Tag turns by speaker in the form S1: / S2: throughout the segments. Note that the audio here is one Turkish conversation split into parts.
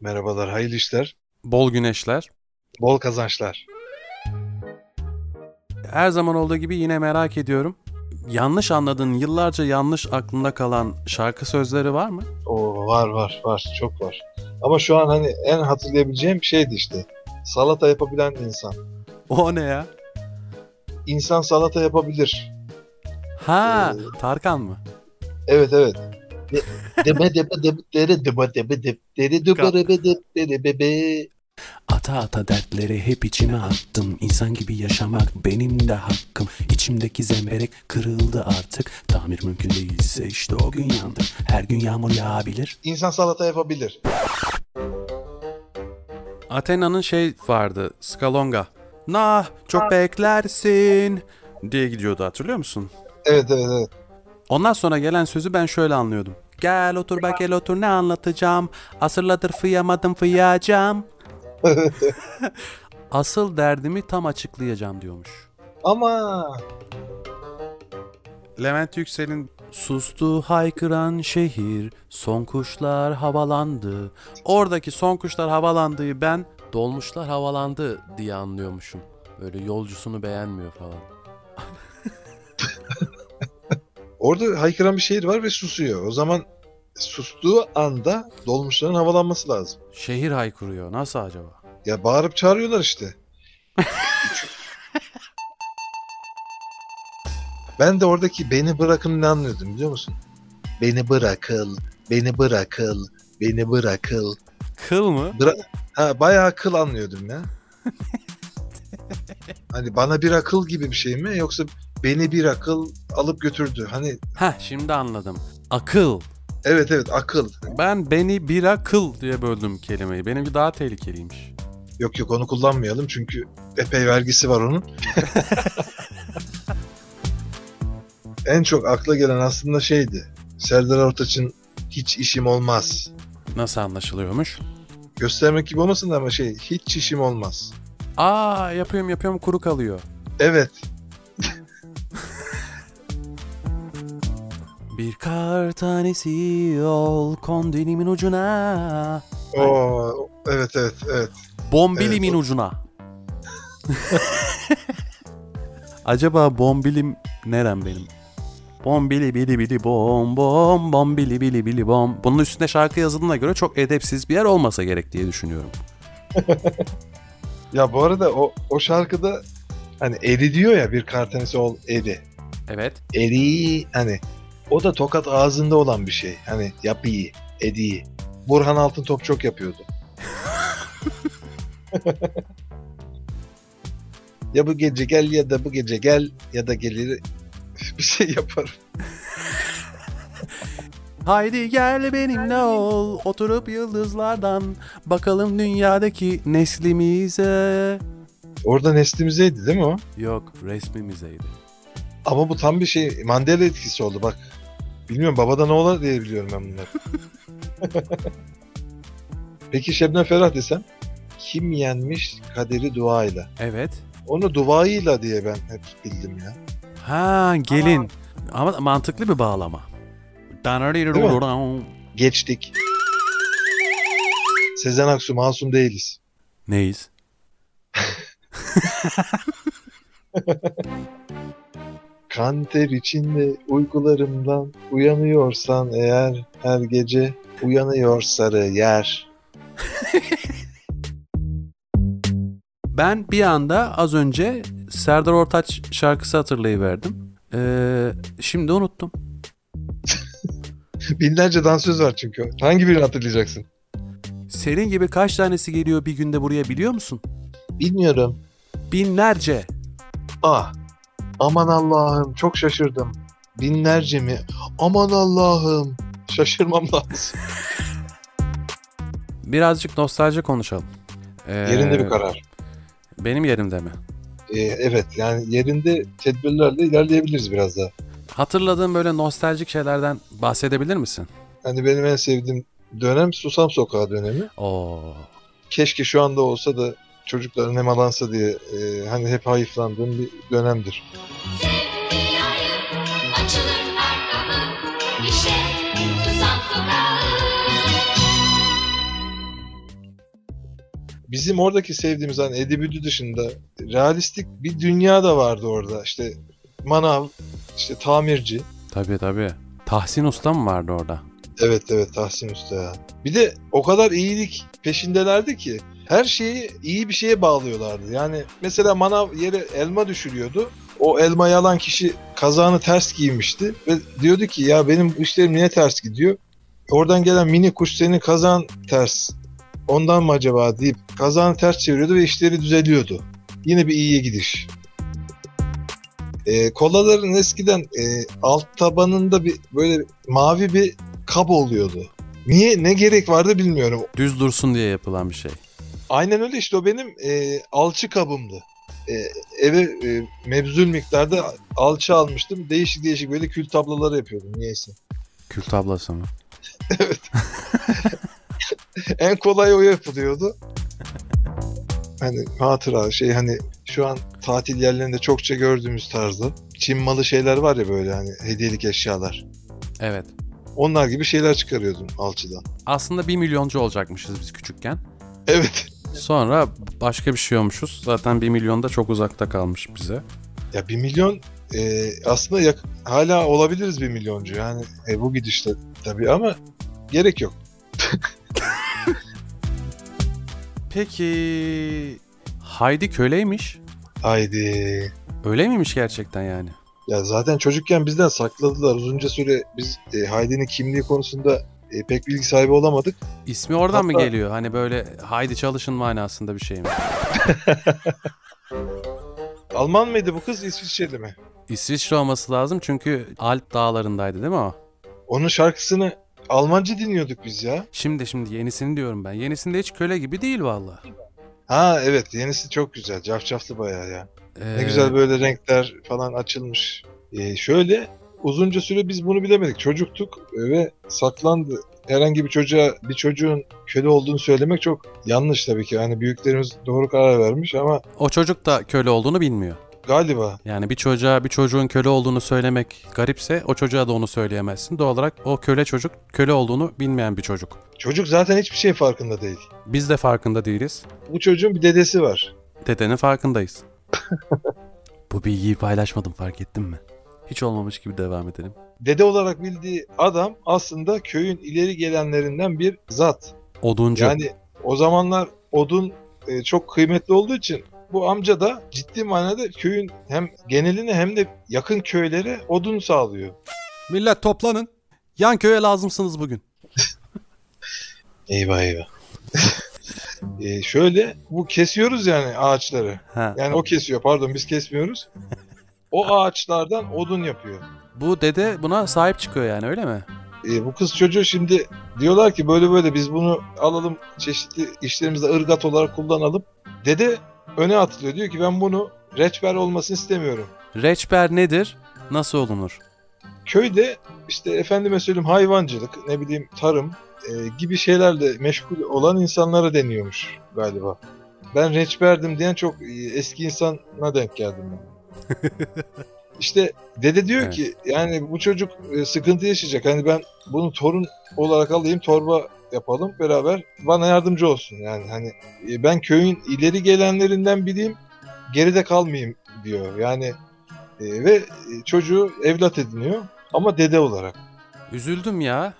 S1: Merhabalar, hayırlı işler,
S2: Bol güneşler.
S1: bol kazançlar.
S2: Her zaman olduğu gibi yine merak ediyorum. Yanlış anladığın, yıllarca yanlış aklında kalan şarkı sözleri var mı?
S1: Oo, var var var, çok var. Ama şu an hani en hatırlayabileceğim bir şeydi işte. Salata yapabilen insan.
S2: O ne ya?
S1: İnsan salata yapabilir.
S2: Ha, Tarkan mı?
S1: Evet evet. De, deme deme deme dere deme deme dep dere deme deme dep dere bebe.
S2: Ata ata dertleri hep içime attım İnsan gibi yaşamak benim de hakkım İçimdeki zemberek kırıldı artık Tamir mümkün değilse işte o gün yandım Her gün yağmur yağabilir
S1: İnsan salata yapabilir.
S2: Athena'nın şey vardı Skalonga Nah çok beklersin diye gidiyordu hatırlıyor musun?
S1: Evet evet evet.
S2: Ondan sonra gelen sözü ben şöyle anlıyordum. Gel otur bak gel otur ne anlatacağım. Asırlardır fıyamadım fıyacağım. Asıl derdimi tam açıklayacağım diyormuş.
S1: Ama
S2: Levent Yüksel'in Sustu haykıran şehir, son kuşlar havalandı. Oradaki son kuşlar havalandığı ben dolmuşlar havalandı diye anlıyormuşum. Böyle yolcusunu beğenmiyor falan.
S1: orada haykıran bir şehir var ve susuyor. O zaman sustuğu anda dolmuşların havalanması lazım.
S2: Şehir haykırıyor. Nasıl acaba?
S1: Ya bağırıp çağırıyorlar işte. ben de oradaki beni bırakın ne anlıyordum biliyor musun? Beni bırakıl, beni bırakıl, beni bırakıl.
S2: Kıl mı?
S1: Ha bayağı akıl anlıyordum ya. hani bana bir akıl gibi bir şey mi yoksa beni bir akıl alıp götürdü. Hani
S2: Heh şimdi anladım. Akıl.
S1: evet evet akıl.
S2: Ben beni bir akıl diye böldüm kelimeyi. Benimki daha tehlikeliymiş.
S1: Yok yok onu kullanmayalım çünkü epey vergisi var onun. en çok akla gelen aslında şeydi. Serdar Ortaç'ın hiç işim olmaz.
S2: Nasıl anlaşılıyormuş?
S1: Göstermek gibi olmasın da ama şey hiç işim olmaz.
S2: Aa yapıyorum yapıyorum kuru kalıyor.
S1: Evet
S2: Bir kar tanesi yol kondilimin ucuna.
S1: o evet evet evet.
S2: Bombilimin
S1: Evet,
S2: ucuna. Acaba bombilim nerem benim? Bombili bili bili bom bom bombili bili bili bom. Bunun üstüne şarkı yazıldığına göre çok edepsiz bir yer olmasa gerek diye düşünüyorum.
S1: Ya bu arada o o şarkıda hani eli diyor ya bir kar tanesi ol eli.
S2: Evet.
S1: Eli hani o da tokat ağzında olan bir şey. Hani yap iyi, ediyi. Burhan Altıntop çok yapıyordu. ya bu gece gel ya da bu gece gel ya da gelir bir şey yaparım.
S2: Haydi gel benimle ol oturup yıldızlardan bakalım dünyadaki neslimize.
S1: Orada neslimizeydi değil mi o?
S2: Yok resmimizeydi.
S1: Ama bu tam bir şey Mandela etkisi oldu bak. Bilmiyorum babadan oğla diye biliyorum ben bunları. Peki Şebnem Ferah desem kim yenmiş kaderi duayla?
S2: Evet.
S1: Onu duayla diye ben hep bildim ya.
S2: Ha gelin. Ama mantıklı bir bağlama.
S1: Geçtik. Sezen Aksu masum değiliz.
S2: Neyiz?
S1: Kan ter içinde uykularımdan uyanıyorsan eğer her gece uyanıyor sarı yer.
S2: Ben bir anda az önce Serdar Ortaç şarkısı hatırlayıverdim. Ee, şimdi unuttum.
S1: Binlerce dansöz var çünkü. Hangi birini hatırlayacaksın?
S2: Senin gibi kaç tanesi geliyor bir günde buraya biliyor musun?
S1: Bilmiyorum.
S2: Binlerce.
S1: Ah. Aman Allah'ım çok şaşırdım. Binlerce mi? Aman Allah'ım. Şaşırmam lazım.
S2: Birazcık nostalji konuşalım. Ee,
S1: Yerinde bir karar.
S2: Benim yerimde mi?
S1: Ee, evet yani yerinde tedbirlerle ilerleyebiliriz biraz daha.
S2: Hatırladığın böyle nostaljik şeylerden bahsedebilir misin?
S1: Hani benim en sevdiğim dönem Susam Sokağı dönemi.
S2: Oo.
S1: Keşke şu anda olsa da çocukların nemalansa diye e, hani hep hayıflandığım bir dönemdir.
S3: Sevmiyorum açılır arkamı İşte tuzak sokağı
S1: bizim oradaki sevdiğimiz hani edebüdü dışında realistik bir dünya da vardı orada. İşte manav, işte tamirci.
S2: Tabii tabii. Tahsin Usta mı vardı orada?
S1: Evet evet Tahsin Usta ya. Bir de o kadar iyilik peşindelerdi ki her şeyi iyi bir şeye bağlıyorlardı. Yani mesela manav yere elma düşürüyordu. O elmayı alan kişi kazağını ters giymişti ve diyordu ki ya benim işlerim niye ters gidiyor? Oradan gelen mini kuş senin kazan ters. Ondan mı acaba deyip kazağını ters çeviriyordu ve işleri düzeliyordu. Yine bir iyiye gidiş. Ee, kolaların eskiden e, alt tabanında bir böyle mavi bir kap oluyordu. Niye ne gerek vardı bilmiyorum.
S2: Düz dursun diye yapılan bir şey.
S1: Aynen öyle işte o benim e, alçı kabımdı. E, eve e, mevzul miktarda alçı almıştım. Değişik değişik böyle kül tablaları yapıyordum niyeyse.
S2: Kül tablası mı?
S1: En kolay o yapılıyordu. Hani hatıra şey hani şu an tatil yerlerinde çokça gördüğümüz tarzda Çin malı şeyler var ya böyle hani hediyelik eşyalar.
S2: Evet.
S1: Onlar gibi şeyler çıkarıyordum alçıdan.
S2: Aslında 1 milyoncu olacakmışız biz küçükken.
S1: Evet.
S2: Sonra başka bir şey olmuşuz. Zaten 1 milyon da çok uzakta kalmış bize.
S1: Ya 1 milyon e, aslında yak- hala olabiliriz 1 milyoncu yani e, bu gidişle tabii ama gerek yok.
S2: Peki Haydi köleymiş.
S1: Haydi.
S2: Öyle miymiş gerçekten yani?
S1: Ya zaten çocukken bizden sakladılar uzunca süre biz e, Haydi'nin kimliği konusunda e, pek bilgi sahibi olamadık.
S2: İsmi oradan mı
S1: Hatta-
S2: geliyor? Hani böyle haydi çalışın manasında bir şey mi?
S1: Alman mıydı bu kız İsviçreli mi?
S2: İsviçre olması lazım çünkü Alp dağlarındaydı değil mi o?
S1: Onun şarkısını Almanca dinliyorduk biz ya.
S2: Şimdi şimdi yenisini diyorum ben. Yenisinde hiç köle gibi değil vallahi.
S1: Ha evet yenisi çok güzel. Cafcaflı bayağı ya. Ne
S2: Ee,
S1: güzel böyle renkler falan açılmış. Ee, şöyle uzunca süre biz bunu bilemedik. Çocuktuk ve saklandı. Herhangi bir çocuğa bir çocuğun köle olduğunu söylemek çok yanlış tabii ki. Hani büyüklerimiz doğru karar vermiş ama
S2: O çocuk da köle olduğunu bilmiyor.
S1: galiba
S2: Yani bir çocuğa bir çocuğun köle olduğunu söylemek garipse o çocuğa da onu söyleyemezsin. Doğal olarak o köle çocuk köle olduğunu bilmeyen bir çocuk.
S1: çocuk zaten hiçbir şey farkında değil.
S2: Biz de farkında değiliz.
S1: Bu çocuğun bir dedesi var.
S2: Dedenin farkındayız. Bu bilgiyi paylaşmadım fark ettin mi? Hiç olmamış gibi devam edelim.
S1: Dede olarak bildiği adam aslında köyün ileri gelenlerinden bir zat.
S2: Oduncu.
S1: Yani o zamanlar odun e, çok kıymetli olduğu için bu amca da ciddi manada köyün hem genelini hem de yakın köylere odun sağlıyor.
S2: Millet toplanın. Yan köye lazımsınız bugün.
S1: Eyvah eyvah. E, şöyle bu kesiyoruz yani ağaçları.
S2: Ha.
S1: Yani o kesiyor pardon biz kesmiyoruz. O ağaçlardan odun yapıyor.
S2: Bu dede buna sahip çıkıyor yani öyle mi?
S1: E, bu kız çocuğu şimdi diyorlar ki böyle böyle biz bunu alalım çeşitli işlerimizde ırgat olarak kullanalım. Dede öne atlıyor diyor ki ben bunu reçber olmasını istemiyorum.
S2: Reçber nedir? Nasıl olunur?
S1: köyde işte efendime söyleyeyim hayvancılık, ne bileyim tarım e, gibi şeylerle meşgul olan insanlara deniyormuş galiba. Ben reçberdim diyen çok e, eski insana denk geldim ben. işte dede diyor
S2: Evet.
S1: ki yani bu çocuk e, sıkıntı yaşayacak. Hani ben bunu torun olarak alayım torba yapalım beraber bana yardımcı olsun. Yani hani e, ben köyün ileri gelenlerinden bileyim geride kalmayayım diyor. Yani e, ve e, çocuğu evlat ediniyor ama dede olarak.
S2: Üzüldüm ya.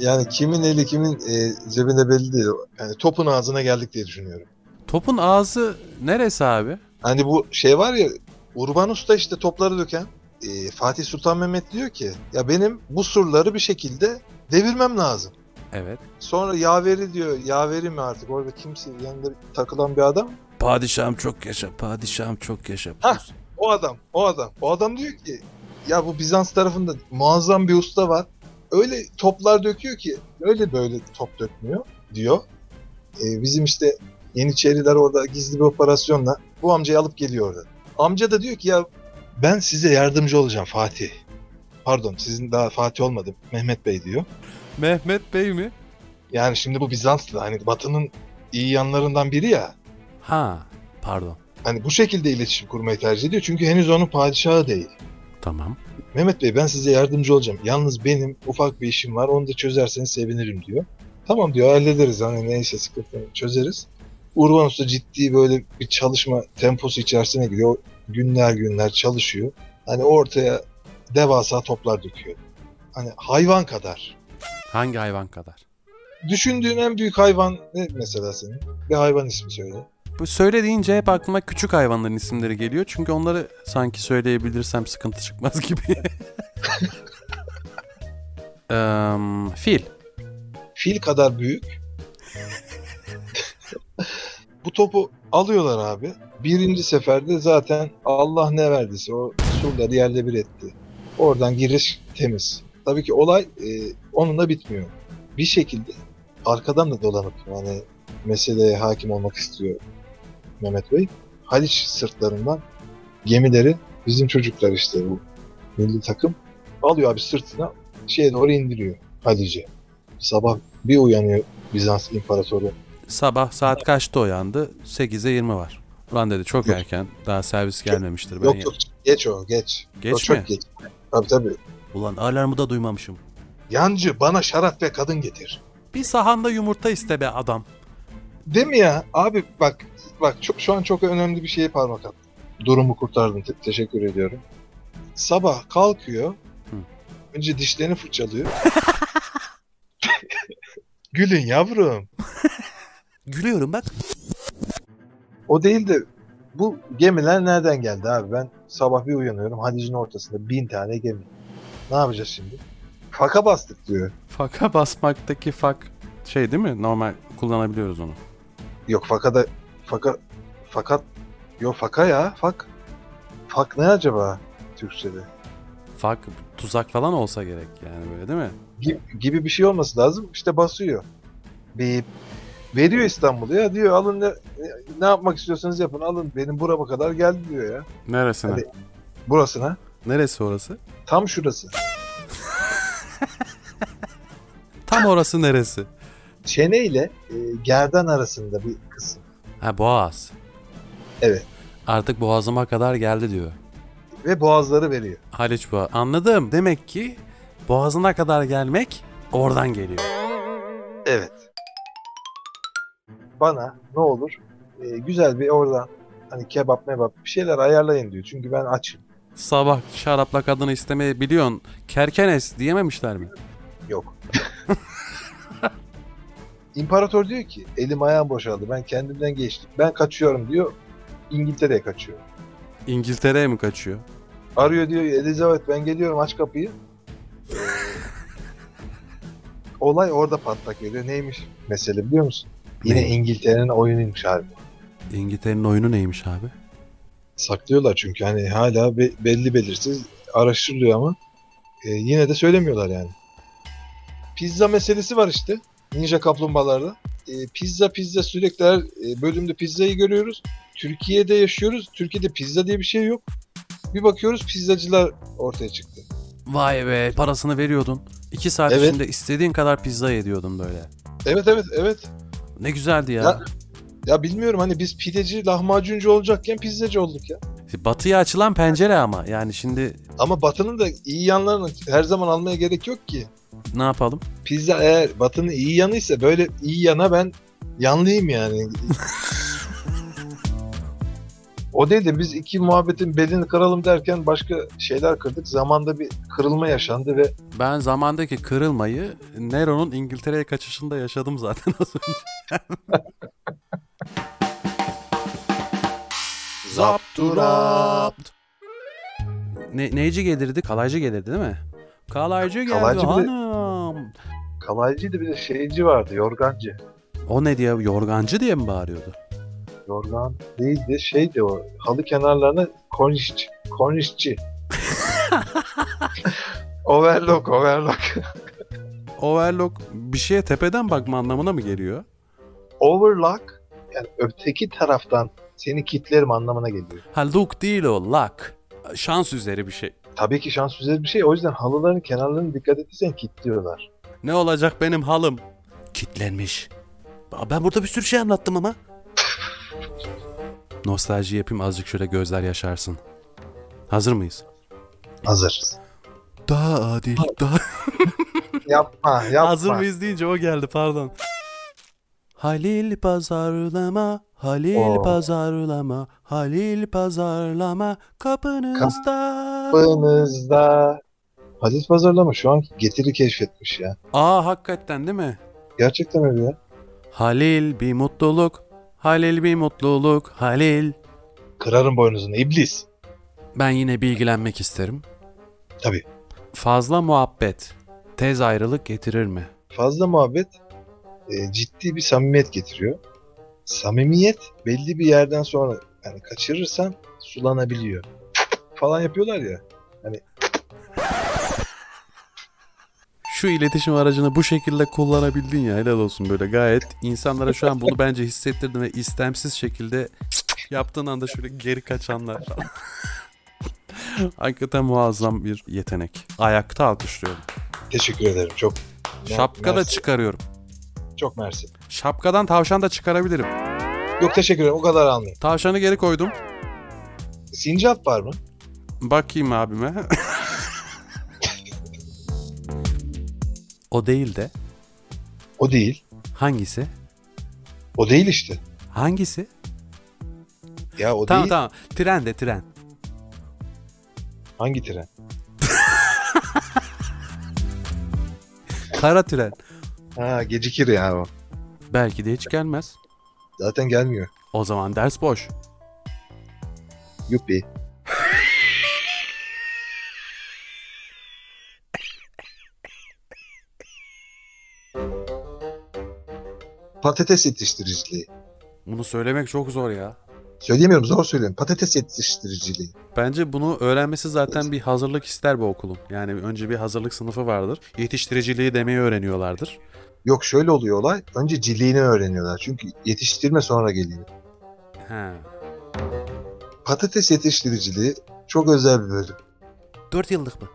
S1: Yani kimin eli kimin e, cebinde belli değil. Yani topun ağzına geldik diye düşünüyorum.
S2: Topun ağzı neresi abi?
S1: Hani bu şey var ya Urban Usta işte topları döken e, Fatih Sultan Mehmet diyor ki ya benim bu surları bir şekilde devirmem lazım.
S2: Evet.
S1: Sonra yaveri diyor. Yaveri mi artık? Orada kimse yanında takılan bir adam.
S2: Padişahım çok yaşa, padişahım çok yaşa.
S1: Hah. O adam, o adam. O adam diyor ki ya bu Bizans tarafında muazzam bir usta var. Öyle toplar döküyor ki öyle böyle top dökmüyor diyor. Ee, bizim işte Yeniçeriler orada gizli bir operasyonla bu amcayı alıp geliyor orada. Amca da diyor ki ya ben size yardımcı olacağım Fatih. Pardon sizin daha Fatih olmadı Mehmet Bey diyor.
S2: Mehmet Bey mi?
S1: Yani şimdi bu Bizanslı hani Batı'nın iyi yanlarından biri ya.
S2: Ha, pardon.
S1: Hani bu şekilde iletişim kurmayı tercih ediyor çünkü henüz onun padişahı değil.
S2: Tamam.
S1: Mehmet Bey ben size yardımcı olacağım. Yalnız benim ufak bir işim var. Onu da çözerseniz sevinirim diyor. Tamam diyor hallederiz. Hani neyse sıkıntı değil, çözeriz. Urban Usta ciddi böyle bir çalışma temposu içerisine giriyor. Günler günler çalışıyor. Hani ortaya devasa toplar döküyor. Hani hayvan kadar.
S2: Hangi hayvan kadar?
S1: Düşündüğün en büyük hayvan ne mesela senin? Bir hayvan ismi söyle.
S2: Bu söyle deyince hep aklıma küçük hayvanların isimleri geliyor. Çünkü onları sanki söyleyebilirsem sıkıntı çıkmaz gibi. Em, fil.
S1: Fil kadar büyük. Bu topu alıyorlar abi. Birinci seferde zaten Allah ne verdiyse o surları yerle bir etti. Oradan giriş temiz. Tabii ki olay e, onunla bitmiyor. Bir şekilde arkadan da dolanıp yani meseleye hakim olmak istiyor Mehmet Bey. Haliç sırtlarından gemileri bizim çocuklar işte bu milli takım alıyor abi sırtına şeye doğru indiriyor Halice. Sabah bir uyanıyor Bizans imparatoru.
S2: Sabah saat kaçta uyandı? 8'e 20 var. Ulan dedi çok erken. Daha servis gelmemiştir. Ben
S1: yok yok geç o geç.
S2: Geç
S1: o çok
S2: mi?
S1: geç. Tabii tabii.
S2: Ulan alarmı da duymamışım.
S1: Yancı bana şarap ve kadın getir.
S2: Bir sahanda yumurta iste be adam.
S1: Değil mi ya? Abi bak bak çok, şu an çok önemli bir şeye parmak attım. Durumu kurtardın. Te- teşekkür ediyorum. Sabah kalkıyor.
S2: Hı.
S1: Önce dişlerini fırçalıyor. Gülün yavrum.
S2: Gülüyorum bak.
S1: O değil de bu gemiler nereden geldi abi? Ben sabah bir uyanıyorum Haliç'in ortasında bin tane gemi. Ne yapacağız şimdi? Faka bastık diyor.
S2: Faka basmaktaki fak şey değil mi? Normal kullanabiliyoruz onu.
S1: Yok faka da faka fakat yok faka ya fak. Fak ne acaba Türkçe'de?
S2: Fak tuzak falan olsa gerek yani böyle değil mi?
S1: Gibi, gibi bir şey olması lazım. İşte basıyor. Bir veriyor İstanbul'u ya diyor alın ne, ne yapmak istiyorsanız yapın alın benim burama kadar geldi diyor ya.
S2: Neresine?
S1: Hadi. Burasına
S2: Neresi orası?
S1: tam şurası.
S2: Tam orası neresi?
S1: Çene ile e, gerdan arasında bir kısım.
S2: Ha boğaz.
S1: Evet.
S2: Artık boğazıma kadar geldi diyor.
S1: ve boğazları veriyor.
S2: Haliç boğaz. Anladım. Demek ki boğazına kadar gelmek oradan geliyor.
S1: Evet. Bana ne olur e, güzel bir oradan hani kebap mebap bir şeyler ayarlayın diyor. Çünkü ben açım.
S2: Sabah şarapla kadını istemeyi biliyorsun. Kerkenes diyememişler mi?
S1: Yok. İmparator diyor ki elim ayağım boşaldı. Ben kendimden geçtim. Ben kaçıyorum diyor. İngiltere'ye kaçıyor.
S2: İngiltere'ye mi kaçıyor?
S1: Arıyor diyor Elizabeth ben geliyorum aç kapıyı. Olay orada patlak veriyor. Neymiş mesele biliyor musun? Yine
S2: Ne?
S1: İngiltere'nin oyunuymuş abi.
S2: İngiltere'nin oyunu neymiş abi?
S1: saklıyorlar çünkü hani hala be- belli belirsiz araştırılıyor ama e, yine de söylemiyorlar yani. Pizza meselesi var işte Ninja Kaplumbağalarda. E, pizza pizza sürekli her e, bölümde pizzayı görüyoruz. Türkiye'de yaşıyoruz. Türkiye'de pizza diye bir şey yok. Bir bakıyoruz pizzacılar ortaya çıktı.
S2: Vay be parasını veriyordun. İki saat
S1: Evet.
S2: içinde istediğin kadar pizza yediyordun böyle.
S1: Evet evet evet.
S2: Ne güzeldi ya.
S1: Ya- Ya bilmiyorum hani biz pideci lahmacuncu olacakken pizzacı olduk ya.
S2: Batıya açılan pencere ama yani şimdi
S1: Ama Batı'nın da iyi yanlarını her zaman almaya gerek yok ki.
S2: ne yapalım?
S1: pizza eğer Batı'nın iyi yanıysa böyle iyi yana ben yanlıyım yani. o değil de biz iki muhabbetin belini kıralım derken başka şeyler kırdık. Zamanda bir kırılma yaşandı ve
S2: Ben zamandaki kırılmayı Nero'nun İngiltere'ye kaçışında yaşadım zaten az önce.
S1: Zapturapt.
S2: Ne, neyci gelirdi? Kalaycı gelirdi değil mi? Kalaycı geldi
S1: Kalaycı bir de-
S2: hanım.
S1: kalaycıydı bir de şeyci vardı yorgancı.
S2: O ne diye yorgancı diye mi bağırıyordu?
S1: Yorgan değildi şeydi o halı kenarlarına konişçi. Konişçi. overlock overlock.
S2: Overlock bir şeye tepeden bakma anlamına mı geliyor?
S1: Overlock yani öteki taraftan seni kitlerim anlamına geliyor.
S2: Ha look değil o luck. Şans üzeri bir şey.
S1: Tabii ki şans üzeri bir şey. O yüzden halıların kenarlarını dikkat etsen kilitliyorlar.
S2: Ne olacak benim halım? Kitlenmiş. Ben burada bir sürü şey anlattım ama. Nostalji yapayım azıcık şöyle gözler yaşarsın. Hazır mıyız?
S1: Hazırız.
S2: Daha adil. Daha...
S1: Yapma yapma.
S2: Hazır mıyız deyince o geldi pardon. Halil pazarlama, Halil
S1: Oo.
S2: pazarlama, Halil pazarlama kapınızda.
S1: Kapınızda. Halil Pazarlama şu an getiri keşfetmiş ya.
S2: Aa hakikaten değil mi?
S1: Gerçekten öyle ya.
S2: Halil bir mutluluk, Halil bir mutluluk, Halil.
S1: Kırarım boynuzunu iblis.
S2: Ben yine bilgilenmek isterim.
S1: Tabii.
S2: Fazla muhabbet, tez ayrılık getirir mi?
S1: Fazla muhabbet e, ciddi bir samimiyet getiriyor. Samimiyet belli bir yerden sonra yani kaçırırsan sulanabiliyor. Falan yapıyorlar ya.
S2: Şu iletişim aracını bu şekilde kullanabildin ya helal olsun böyle gayet. insanlara şu an bunu bence hissettirdin ve istemsiz şekilde yaptığın anda şöyle geri kaçanlar falan. Hakikaten muazzam bir yetenek. Ayakta alkışlıyorum.
S1: Teşekkür ederim. Çok
S2: Şapka da
S1: mersi.
S2: çıkarıyorum.
S1: Çok mersi.
S2: Şapkadan tavşan da çıkarabilirim.
S1: Yok teşekkür ederim. O kadar almayayım.
S2: Tavşanı geri koydum.
S1: Sincap var mı?
S2: Bakayım abime. o değil de
S1: O değil.
S2: hangisi?
S1: O değil işte.
S2: Hangisi?
S1: Ya o
S2: tamam
S1: değil.
S2: tamam. Tren de tren.
S1: Hangi tren?
S2: Kara tren.
S1: Ha gecikir ya o.
S2: Belki de hiç gelmez.
S1: Zaten gelmiyor.
S2: O zaman ders boş.
S1: Yuppi. Patates yetiştiriciliği.
S2: Bunu söylemek çok zor ya.
S1: Söyleyemiyorum zor söylüyorum. Patates yetiştiriciliği.
S2: Bence bunu öğrenmesi zaten bir hazırlık ister bu okulun. Yani önce bir hazırlık sınıfı vardır. Yetiştiriciliği demeyi öğreniyorlardır.
S1: Yok şöyle oluyor olay. Önce ciliğini öğreniyorlar. Çünkü yetiştirme sonra geliyor.
S2: He.
S1: Patates yetiştiriciliği çok özel bir bölüm.
S2: 4 yıllık mı?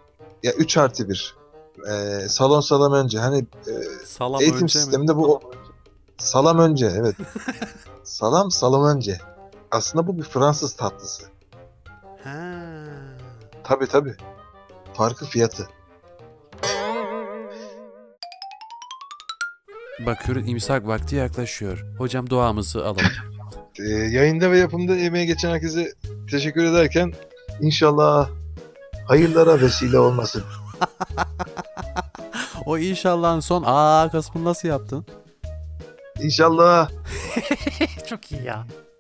S1: Ya 3 artı 1. Ee, salon salam önce. Hani e,
S2: Salam
S1: Eğitim
S2: önce mi?
S1: sisteminde bu salam önce evet. salam salam önce. Aslında bu bir Fransız tatlısı.
S2: Ha.
S1: Tabi tabi. Farkı fiyatı.
S2: Bakıyoruz imsak vakti yaklaşıyor. Hocam duamızı alalım.
S1: Ee, yayında ve yapımda emeği geçen herkese teşekkür ederken inşallah hayırlara vesile olmasın.
S2: o inşallahın son aa kısmını nasıl yaptın?
S1: İnşallah
S2: Çok iyi ya.